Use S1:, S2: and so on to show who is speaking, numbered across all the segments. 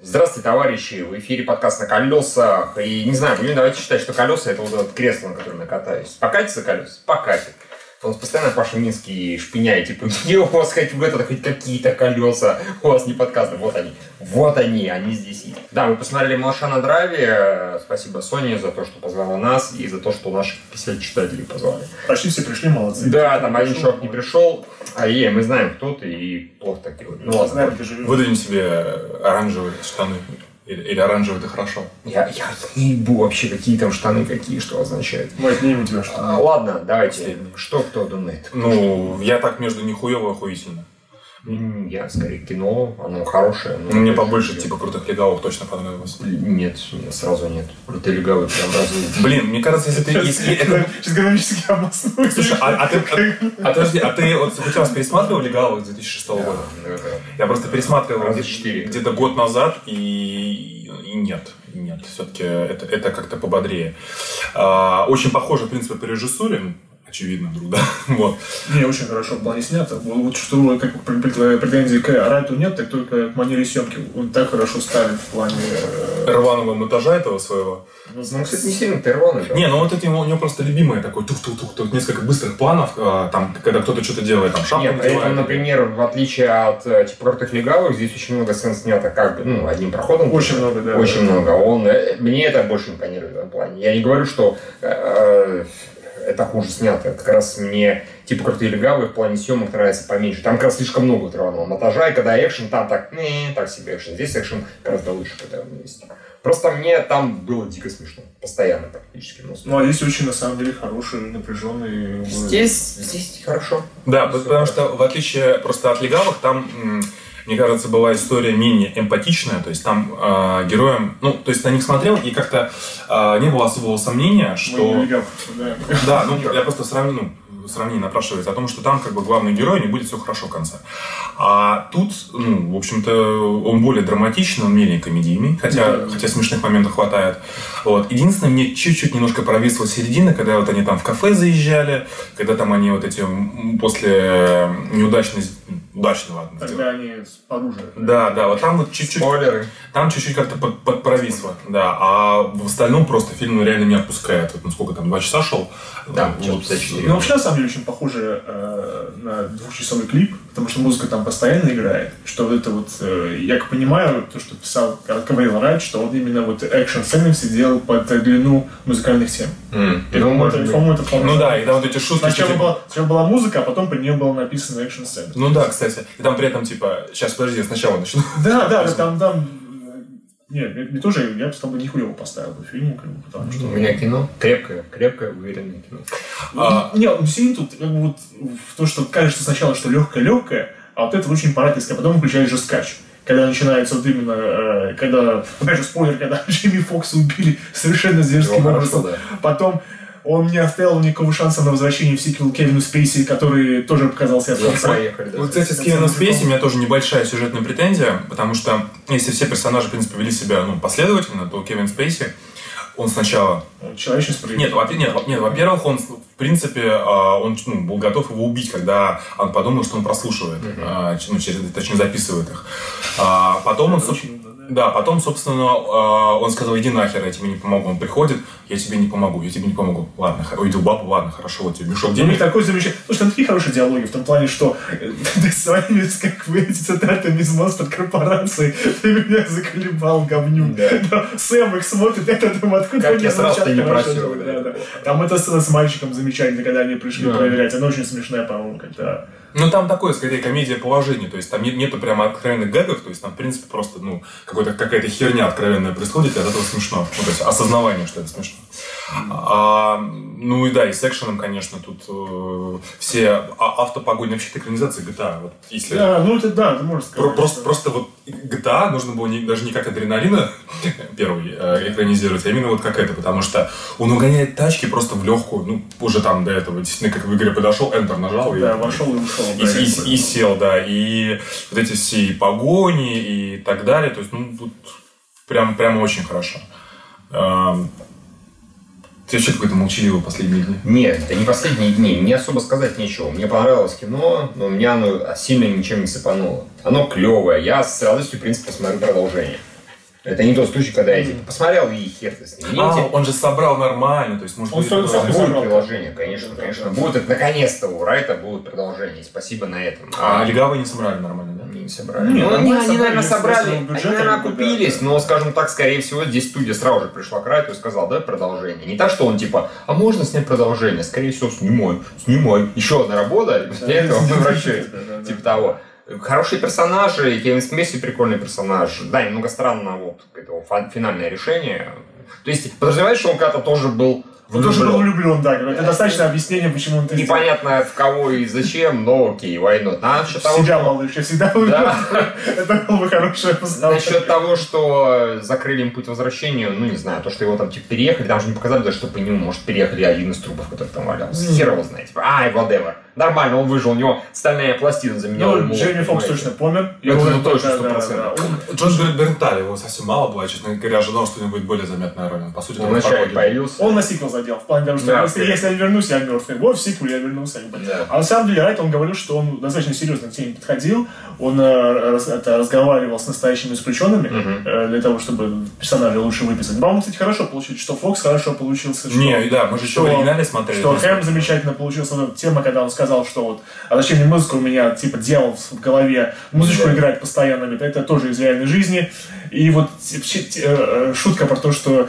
S1: Здравствуйте, товарищи! В эфире подкаст «На колесах». И не знаю, блин, давайте считать, что колеса – это вот это кресло, на котором я катаюсь. Покатится колеса? Покатит. У нас постоянно Паша Минский шпиняет, типа, где у вас хоть, это, хоть какие-то колеса, у вас не подкасты, вот они, вот они, они здесь есть. Да, мы посмотрели «Малыша на драйве», спасибо Соне за то, что позвала нас и за то, что наших 50 читателей позвали.
S2: Почти все пришли, молодцы.
S1: Да, там один человек не пришел, а е, мы знаем, кто ты, и плохо так делать. Ну ладно,
S2: Знаем, где живем.
S3: Выдадим себе оранжевые штаны. Или, или оранжевый это хорошо.
S1: я, я не ебу вообще, какие там штаны какие, что означают.
S2: Мы отнимем у тебя что
S1: А, ладно, давайте. Что кто думает?
S3: Ну, я так между нихуево и охуительно.
S1: М, Я скорее кино, оно хорошее. но-
S3: Ну, Мне побольше типа крутых легалов точно понравилось.
S1: Нет, нет, сразу нет. Это легавый прям сразу.
S3: Блин, мне кажется, если ты... Если, это-
S2: Сейчас экономически обоснуюсь.
S3: Слушай, а, а ты... а- а подожди, а ты вот хоть раз пересматривал легалов 2006 года? Я просто пересматривал
S1: Раза
S3: где-
S1: четыре.
S3: где-то год назад, и, и нет, и нет. Все-таки это, это как-то пободрее. А, очень похоже, в принципе, по режиссуре, ну, очевидно, друг, да. Вот.
S2: Не, очень хорошо в плане снято. Вот, вот что, ну, как при, при твоей претензии к Райту нет, так только к манере съемки. Он так хорошо ставит в плане... э,
S3: Рваного монтажа этого своего.
S1: Ну, кстати, не сильно ты рваный, да?
S3: Не, ну вот эти у него просто любимые такой тух-тух-тух, тут несколько быстрых планов, а, там, когда кто-то что-то делает, там шапку
S1: Нет, при этом,
S3: надевает.
S1: например, в отличие от э, типа крутых легавых, здесь очень много сцен снято как бы, ну, одним проходом.
S2: Очень много, да.
S1: Очень много. Он, э, мне это больше импонирует в этом плане. Я не говорю, что э, э, это хуже снято. Как раз мне типа крутые легавые в плане съемок нравится поменьше. Там как раз слишком много вот рваного монтажа, и когда экшен, там так, не, так себе экшен. Здесь экшен гораздо лучше, когда он есть. Просто мне там было дико смешно. Постоянно практически. Ну,
S2: Ну, а здесь очень, на самом деле, э, хороший, напряженный...
S1: здесь, здесь хорошо.
S3: Да,
S1: Всё
S3: потому
S1: так.
S3: что в отличие просто от легавых, там, м, мне кажется, была история менее эмпатичная, то есть там а, героям, ну, то есть на них смотрел и как-то а, не было особого сомнения,
S2: Мы не
S3: что...
S2: легавы, обсуждаем.
S3: Да, ну, я просто сравнил, сравнение напрашивается о том, что там как бы главный герой, не будет все хорошо в конце. А тут, ну, в общем-то, он более драматичный, он менее комедийный, хотя,
S2: Да.
S3: хотя смешных моментов хватает. Вот. Единственное, мне чуть-чуть немножко провисла середина, когда вот они там в кафе заезжали, когда там они вот эти м, после э, неудачной, удачного ладно, сделали.
S2: Тогда они с оружием.
S3: Да, да, вот там вот чуть-чуть,
S1: Спойлеры.
S3: там чуть-чуть как-то под, под- провисло, да, а в остальном просто фильм ну, реально не отпускает, вот, ну сколько там, два часа шел?
S1: Да,
S3: Вот.
S1: часа 54.
S2: Ну, вообще, на самом деле, очень похоже э, на двухчасовой клип, потому что музыка там постоянно играет. Что вот это вот, э, я как понимаю, то, что писал, э, говорил Райт, что он именно вот экшн сцены все делал под э, длину музыкальных тем.
S1: М,
S2: Ну,
S1: ну, может
S2: это,
S1: быть.
S2: по-моему, это вполне
S3: Ну да,
S2: возможно.
S3: и там вот эти шутки.
S2: Сначала
S3: типа-
S2: была, сначала была музыка, а потом при нее была написана экшн сцена.
S3: Ну да, кстати. И там при этом типа, сейчас подожди, я сначала начну.
S2: Да, да, да, там, там... э, Не, мне- мне тоже, я бы с тобой нихуево поставил бы фильм, как бы, потому что...
S1: Ну, У меня кино крепкое, крепкое, уверенное кино.
S3: А.
S2: Не, ну, сидит тут как бы вот в то, что кажется сначала, что легкое-легкое, а вот это очень парательское, а потом включаешь же скач. Когда начинается вот именно, э, когда, опять же, спойлер, когда Джимми Фокса убили совершенно зверским
S1: Его
S2: образом.
S1: хорошо,
S2: Потом он не оставил никакого шанса на возвращение в сиквел Кевину Спейси, который тоже показался в конце.
S1: Проехали, да.
S3: Вот, кстати, с Кевином Спейси у меня тоже небольшая сюжетная претензия, потому что если все персонажи, в принципе, вели себя ну, последовательно, то Кевин Спейси, он сначала...
S2: Он Человечность проявил.
S3: Нет, во нет, во- нет, во-первых, он, в принципе, а, он ну, был готов его убить, когда он подумал, что он прослушивает, а, ч- ну, через, точнее, записывает их. А, потом он,
S2: Это
S3: соб-
S2: очень умно, да.
S3: Да, потом, собственно, э, он сказал, иди нахер, я тебе не помогу. Он приходит, я тебе не помогу, я тебе не помогу. Ладно, хо- увидел бабу, ладно, хорошо, вот тебе мешок
S2: У них
S3: денег.
S2: такой замечательный... Слушай, там ну, такие хорошие диалоги в том плане, что э, ты с вами, с- как вы эти цитаты из монстр корпорации, ты меня заколебал говню.
S1: Да.
S2: Сэм их смотрит, это там откуда
S1: Как
S2: у меня
S1: я сразу-то
S2: звучат
S1: не
S2: хорошо,
S1: просил,
S2: да,
S1: да,
S2: да.
S1: такого.
S2: Там эта сцена с мальчиком замечательная, когда они пришли
S1: Да.
S2: проверять. Она очень смешная, по-моему, когда...
S3: Ну, там такое, скорее, комедия положения, то есть там нет, нету прямо откровенных гагов, то есть там, в принципе, просто, ну, какой-то, какая-то херня откровенная происходит, и от этого смешно. Ну, то есть осознавание, что это смешно. А, ну и да, и с экшеном, конечно, тут э, все а- автопогони, вообще это экранизация GTA, а, вот если...
S2: Да, ну это да, ты можешь сказать.
S3: Про- просто,
S2: что-
S3: просто вот GTA нужно было не- даже не как адреналина первый э, экранизировать, а именно вот как это, потому что он угоняет тачки просто в легкую, ну, уже там до этого, действительно, как в игре подошел, Enter нажал и,
S2: Да, вошел и ушел.
S3: и,
S2: да, я
S3: и-
S2: понял.
S3: и сел, да, и вот эти все и погони и так далее, то есть, ну, тут прям, прям очень хорошо. Эм, Ты вообще какой-то молчаливый последние дни.
S1: Нет, это не последние дни. Мне особо сказать нечего. Мне понравилось кино, но меня оно сильно ничем не сыпануло. Оно клевое. Я с радостью, в принципе, посмотрю продолжение. Это не тот случай, когда я типа, посмотрел и хер ты с ним.
S3: А,
S1: Видите?
S3: он же собрал нормально, то есть, может
S2: Ну, Он
S3: быть,
S2: сам-
S3: это
S2: сам-
S3: было-
S1: Будет
S2: собрал.
S1: приложение, конечно,
S2: Да, да,
S1: конечно.
S2: да.
S1: Будет это наконец-то у Райта будут продолжение. Спасибо на этом.
S3: А
S1: А
S3: легавы не собрали нормально, да?
S1: они не собрали.
S2: Не,
S1: Ну,
S2: нормально
S1: они,
S2: собрали,
S1: они, наверное,
S2: если
S1: собрали,
S2: собственного
S1: они,
S2: бюджета,
S1: наверное,
S2: как бы, да,
S1: окупились,
S2: да.
S1: но, скажем так, скорее всего, здесь студия сразу же пришла к Райту и сказала, да, продолжение. Не так, что он типа, а можно снять продолжение? Скорее всего, снимай, снимай. Еще одна работа, и после этого мы вращаемся.
S2: Да, да, да.
S1: Типа того. Хорошие персонажи, Кевин Смеси прикольный персонаж. Да, немного странно вот это фа- финальное решение. То есть, подразумеваешь, что он когда-то тоже был
S2: Он тоже был
S1: влюблен.
S2: влюблен, да. говорят, Это достаточно объяснение, почему он это сделал.
S1: Непонятно в кого и зачем, но окей, войну. Насчет того,
S2: Всегда,
S1: что,
S2: малыш, я всегда влюблен.
S1: Да.
S2: Это было бы хорошее познание.
S1: насчет того, что закрыли им путь возвращению, ну не знаю, то, что его там типа переехали, там же не показали, даже, что по нему, может, переехали один из трупов, который там валялся. Хер его знает. Типа, ай, whatever. Нормально, он выжил, у него стальная пластина заменяла
S2: Ну,
S1: ему.
S2: Джейми Фокс
S1: понимаете?
S2: точно помер.
S1: Я
S2: думаю,
S1: думаю, точно,
S2: да,
S1: 100%.
S2: да, да. Он-
S3: Джон Бер- Бернталь, его совсем мало было, я, честно говоря, ожидал, что у него будет более заметная роль. Он, По
S2: Ну,
S3: сути,
S1: Он
S3: там
S1: вначале
S3: пародия.
S1: появился.
S2: Он на сиквел задел, в плане того, что
S1: Да,
S2: если,
S1: окей.
S2: если я вернусь, я мертвый. Вот в сиквеле я вернулся. как бы.
S1: Да.
S2: А на самом деле Райт, он говорил, что он достаточно серьезно к теме подходил. Он э, раз- это, разговаривал с настоящими заключенными э, для того, чтобы персонажа лучше выписать. По-моему, кстати, хорошо получилось, что Фокс хорошо получился. что-
S3: Не, и да, мы же еще в
S2: что-
S3: оригинале смотрели.
S2: Что
S3: то есть-
S2: Хэм замечательно получился вот эта тема, когда он сказал, что вот, а зачем мне музыка, у меня типа дьявол в голове, музычку
S1: Да.
S2: играть постоянно, говорит, это тоже из реальной жизни. И вот тип- щи- т- э, э, шутка про то, что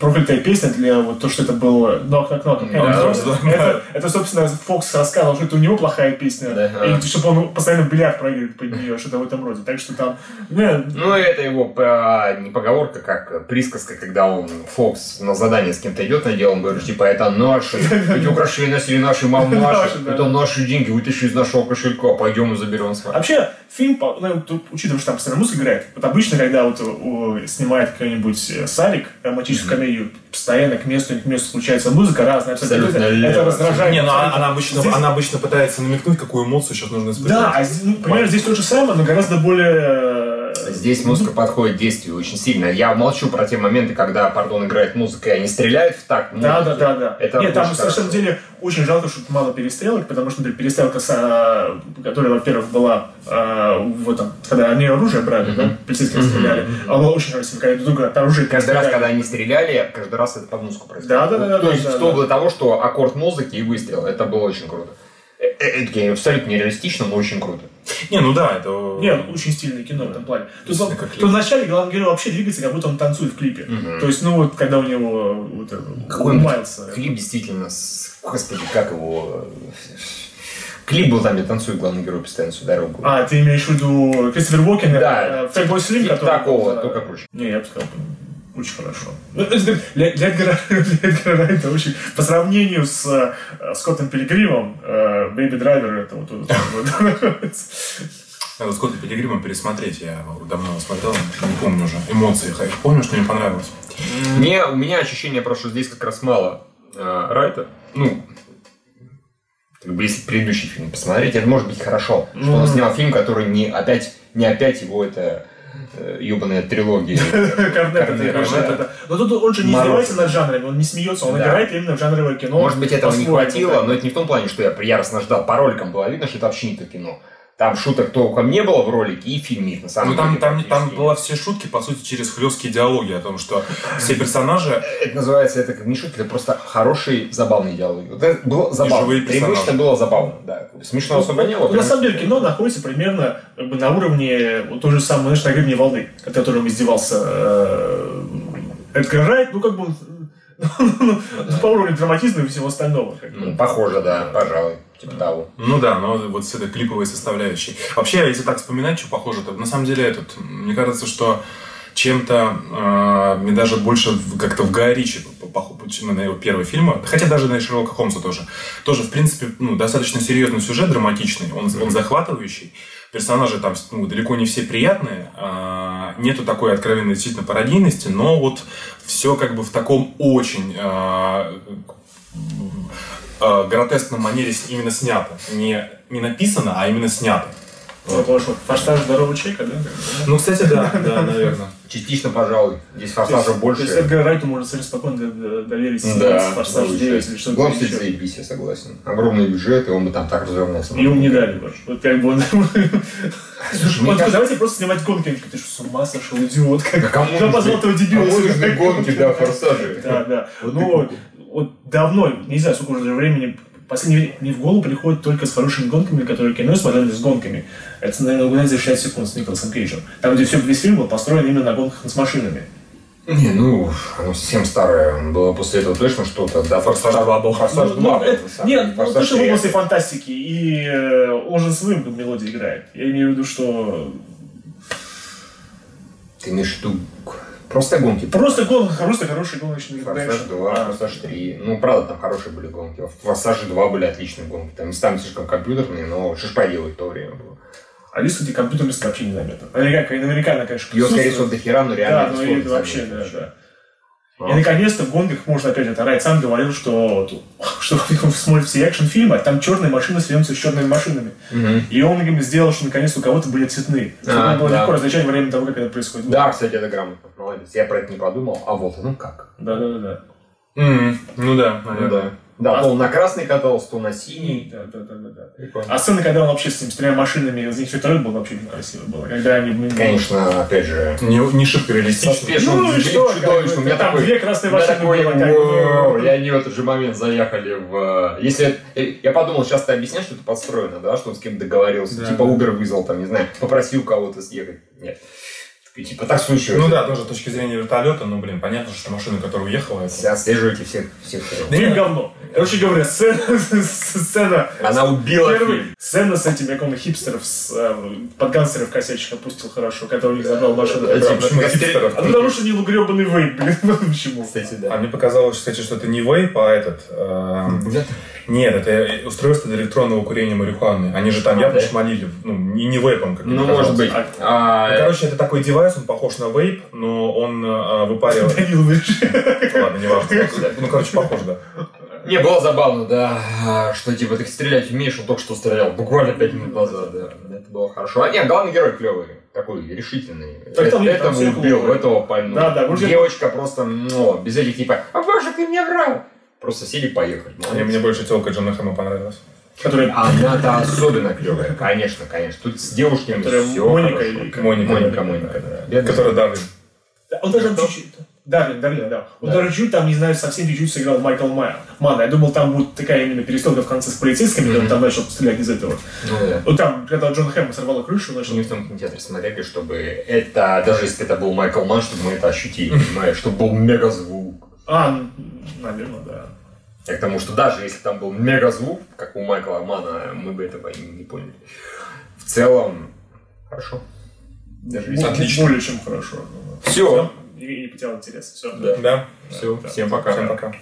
S2: проклятая песня для вот то, что это было «Knock, knock, knock».
S1: Да,
S2: Это,
S3: да, да.
S2: это- это, собственно, Фокс рассказывал, что это у него плохая песня,
S1: Да.
S2: и чтобы он постоянно в бильярд проигрывает под нее, что-то в этом роде. Так что там, да,
S1: Ну, это его а, не поговорка, как э, присказка, когда он Фокс на задание с кем-то идет на дело, он говорит, типа, это наши, эти украшения носили наши
S2: Наши,
S1: мамаши,
S2: да.
S1: это наши деньги, вытащи из нашего кошелька, пойдем и заберем с вами.
S2: Вообще, фильм, по- ну, тут, учитывая, что там постоянно музыка играет, вот обычно, когда вот о, снимает какой-нибудь э, Сарик романтическую комедию, постоянно к месту и к месту случается музыка разная, абсолютно.
S1: Абсолютно
S2: это,
S1: верно.
S2: раздражает.
S3: Не, ну а-
S2: абсолютно.
S3: она обычно,
S2: Здесь-
S3: она обычно пытается намекнуть, какую эмоцию сейчас нужно испытать.
S2: Да, а здесь, ну, примерно здесь то же самое, но гораздо более... э,
S1: Здесь музыка подходит действию очень сильно. Я молчу про те моменты, когда, пардон, играет музыка, и они стреляют в такт.
S2: Да, да,
S1: музыки.
S2: да, да.
S1: Это
S2: Нет, там
S1: очень
S2: на самом
S1: хорошо.
S2: деле очень жалко, что тут мало перестрелок, потому что например, перестрелка, с, а, которая, во-первых, была а, в этом, когда они оружие брали, да, полицейские стреляли, а была очень красивая, когда друг друга оружие
S1: Каждый раз,
S2: перестреляли.
S1: когда они стреляли, каждый раз это под музыку происходило.
S2: Да, да, да,
S1: То
S2: да,
S1: есть
S2: да,
S1: вплоть
S2: да.
S1: до того, что аккорд музыки и выстрел. Это было очень круто. Э, э, Это абсолютно нереалистично, но очень круто.
S3: Не, ну да, это...
S2: Нет, очень стильное кино в этом плане. То есть,
S3: Действительно,
S2: он-
S3: как
S2: то вначале главный герой вообще двигается, как будто он танцует в клипе. То есть, ну вот, когда у него вот, э,
S1: Какой он
S2: Майлса.
S1: Клип действительно, с- господи, как его... э, Клип был там, где танцует главный герой постоянно всю дорогу.
S2: А, ты имеешь в виду Кристофер Уокен,
S1: Да.
S2: э, Фэтбой Слим,
S1: Типа
S2: который...
S1: такого,
S2: да.
S1: только круче.
S2: Не, я бы сказал, очень хорошо. Ну, это как Для, для Эдгара, для Эдгара Райта очень... По сравнению с э, Скоттом Пилигримом, Бэйби Драйвер, это вот... вот- вот.
S3: Надо Скотта А Пилигрима пересмотреть, я его давно смотрел, не помню уже. Эмоции, их помню, что мне понравилось.
S1: Мне, у меня ощущение просто, что здесь как раз мало э, Райта. Ну, как бы если предыдущий фильм посмотреть, это может быть хорошо, что
S2: Ну.
S1: он снял фильм, который не опять, не опять его это э, ебаная трилогия.
S2: Корнет, это,
S1: Корнет,
S2: конечно,
S1: да.
S2: это- Но тут он же не
S1: Мороз.
S2: издевается над жанрами, он не смеется, он
S1: Да.
S2: играет именно в жанровое кино.
S1: Может быть, этого не
S2: по-своему,
S1: хватило,
S2: Ну, да.
S1: но это не в том плане, что я яростно ждал. По роликам было видно, что это вообще не то кино. Там шуток толком не было в ролике и в фильме их на самом
S3: Ну там,
S1: деле
S3: там, там
S1: практически
S3: была все шутки, по сути, через хлесткие диалоги о том, что все персонажи
S1: Это называется, это как не шутки, это просто хорошие, забавные диалоги. Вот это было
S3: живые
S1: забавно.
S3: персонажи.
S1: Преимущественно было забавно, да. Смешно особо не было.
S2: Ну, На
S1: потому
S2: самом
S1: что-
S2: деле кино находится примерно как бы, на уровне вот, той же самой, знаешь, на гребне волны, от которого издевался э, Эдгар Райт, ну как бы он ну, по уровню драматизма и всего остального. как бы.
S1: Ну, похоже, да, пожалуй. Типа того.
S3: Ну да, но вот с этой клиповой составляющей. Вообще, если так вспоминать, что похоже, то на самом деле этот, мне кажется, что чем-то э, мне даже больше в- как-то в Гая Ричи по- пох- почему на его первые фильмы, хотя даже на Шерлока Холмса тоже, тоже, в принципе, ну, достаточно серьезный сюжет, драматичный, он, он захватывающий, персонажи там ну, далеко не все приятные, а, нету такой откровенной действительно пародийности, но вот все как бы в таком очень а, э, гротескном манере с- именно снято. Не, не написано, а именно снято.
S2: Ну, потому что форсаж здорового чека, да?
S3: Ну, кстати, да, да, наверное.
S1: Частично, пожалуй. Здесь форсажа
S2: То есть
S1: больше.
S2: Эдгар Райту можно совершенно спокойно д- д- доверить
S1: Да,
S2: форсаж 9 или что-то
S1: Главное,
S2: еще.
S1: заебись, я согласен. Огромный бюджет, и он бы там так развернулся.
S2: Ему не дали даже. Вот как бы он...
S1: Слушай, мне
S2: Вот
S1: кажется,
S2: Давайте просто снимать гонки. Я говорю, Ты что, с ума сошел, идиот?
S1: Да
S2: Как...
S1: кому
S2: Я позвал
S1: нужны-
S2: этого дебила.
S1: кому
S2: если
S1: нужны
S2: как-
S1: гонки, да, форсажи?
S2: Да, да. Ну, вот давно, не знаю, сколько уже времени, последнее время мне в голову приходит только с хорошими гонками, которые кино смотрели с гонками. Это, наверное, угнать за 6 секунд с Николасом Кейджем. Там, где все, весь фильм был построен именно на гонках с машинами.
S1: Не, ну, оно совсем старое. Было после этого точно что-то. Да, форсаж 2 был. Форсаж
S2: Ну,
S1: 2 был.
S2: это- Нет, ну, то,
S1: Форсаж
S2: что в
S1: 3.
S2: области фантастики. И э, Ложен Слым как мелодия играет. Я имею в виду, что
S1: Ты имеешь в виду просто гонки?
S2: просто гонка, просто хороший гоночный экшен.
S1: Форсаж 2,
S2: А,
S1: Форсаж 3. Ну, правда, там хорошие были гонки. В Форсаже 2 были отличные гонки. Там местами слишком компьютерные, но что ж поделать, в то время было.
S2: А здесь, кстати, компьютерность вообще незаметна. Наверняка, наверняка она, конечно,
S1: Ее, скорее
S2: присутствует.
S1: всего, до хера, но реально
S2: Да,
S1: это
S2: ну
S1: сложно
S2: и вообще, да,
S1: заметить.
S2: да.
S1: Ну,
S2: И наконец-то в гонках можно опять это. Райт сам говорил, что, вот, что он смотрит все экшн-фильмы, а там черные машины сливаются с черными машинами.
S1: мгм.
S2: И он им сделал, что наконец у кого-то были цветные.
S1: А,
S2: Чтобы было
S1: да.
S2: легко различать во время того, как это происходит.
S1: Да, кстати, это грамотно. Молодец. Я про это не подумал. А вот, ну как?
S2: Да, да, да. да.
S3: М, Ну да, наверное.
S1: Да, А то он на красный катался, то на синий.
S2: Да, да, да, да, да.
S1: Прикольно.
S2: А сцена, когда он вообще с ним с тремя машинами, из них второй был вообще некрасиво было. Когда они... ну,
S1: А, Конечно, опять же,
S3: Не, не шибко реалистично.
S1: Соспешно
S2: Ну и что, как
S1: чудовищно.
S2: бы,
S1: У меня
S2: там
S1: такой-
S2: две красные
S1: у меня
S2: машины
S1: такой,
S2: было, как бы,
S1: «Воу».
S2: ну,
S1: И они в этот же момент заехали в... э, Если... э, Я подумал, сейчас ты объясняешь, что это подстроено, да? Что он с кем договорился.
S3: Да,
S1: типа
S3: да.
S1: Uber вызвал там, не знаю, попросил кого-то съехать. Нет. Такой, Типа так случилось.
S3: Ну да, тоже с точки зрения вертолета, ну блин, понятно, что машина, которая уехала, это-
S1: Отслеживайте всех. всех.
S2: Фильм говно. Короче говоря, сцена, сцена
S1: Она убила фильм.
S2: Первый сцена с этим, как он хипстеров, с, э, под гангстеров косячих опустил хорошо, когда у них забрал машину.
S1: Эти,
S2: обратно.
S1: почему
S2: А
S1: хипстеров?
S2: потому что не гребаный вейп, блин, вот почему.
S1: Кстати,
S3: А
S1: да.
S3: мне показалось, кстати, что это не вейп, а этот... эм, Нет, это устройство для электронного курения марихуаны. Они же там
S1: А,
S3: явно
S1: да?
S3: шмалили, ну, не, не вейпом, как мне
S1: Ну,
S3: показалось.
S1: может быть.
S2: А-
S3: Ну,
S1: А,
S3: Короче, это такой девайс, он похож на вейп, но он э, выпаривает...
S2: Данил, видишь?
S3: Ладно, не важно. Ну, короче, похож, да.
S1: Не, было забавно, да, что типа ты стрелять умеешь, он только что стрелял, буквально пять минут назад, да. Это было хорошо. А нет, главный герой клевый, такой решительный. Э,
S2: Так там нет,
S1: этого
S2: А там все
S1: убил,
S2: клевые.
S1: этого пальнул.
S2: Да, да, вроде-
S1: Девочка просто, ну, без этих типа, а боже, ты мне врал. Просто сели и поехали.
S2: А,
S3: Мне, мне больше телка Джона Хэма понравилась.
S2: Который
S1: А, Она-то особенно клевая, конечно, конечно. Тут с девушками
S2: Которая
S1: все
S2: Моника
S1: хорошо.
S2: или как?
S3: Моника.
S1: Моника, Моника, да. Бедная.
S3: Которая Дарвин.
S2: Да, Он даже чуть-чуть. Давлин, Давлин, да. Он даже чуть там, не знаю, совсем чуть-чуть сыграл Майкл Майер. Мана, я думал, там будет такая именно перестрелка в конце с полицейскими, когда он там начал стрелять из этого.
S1: Ну да.
S2: Вот там, когда Джон Хэм сорвало крышу, начал...
S1: Они в том кинотеатре смотрели, чтобы это, даже если это был Майкл Манн, чтобы мы это ощутили, понимаешь, чтобы был мегазвук.
S2: А, м, наверное, да.
S1: Я к тому, что даже если там был мегазвук, как у Майкла Мана, мы бы этого и не поняли. В целом, хорошо. Даже если...
S2: Бо-
S3: Отлично.
S2: Более чем хорошо. ну,
S1: Все.
S2: И, и потерял интерес. Все.
S1: Да.
S3: Да.
S1: Все.
S2: Да.
S1: Всем пока.
S3: Всем пока.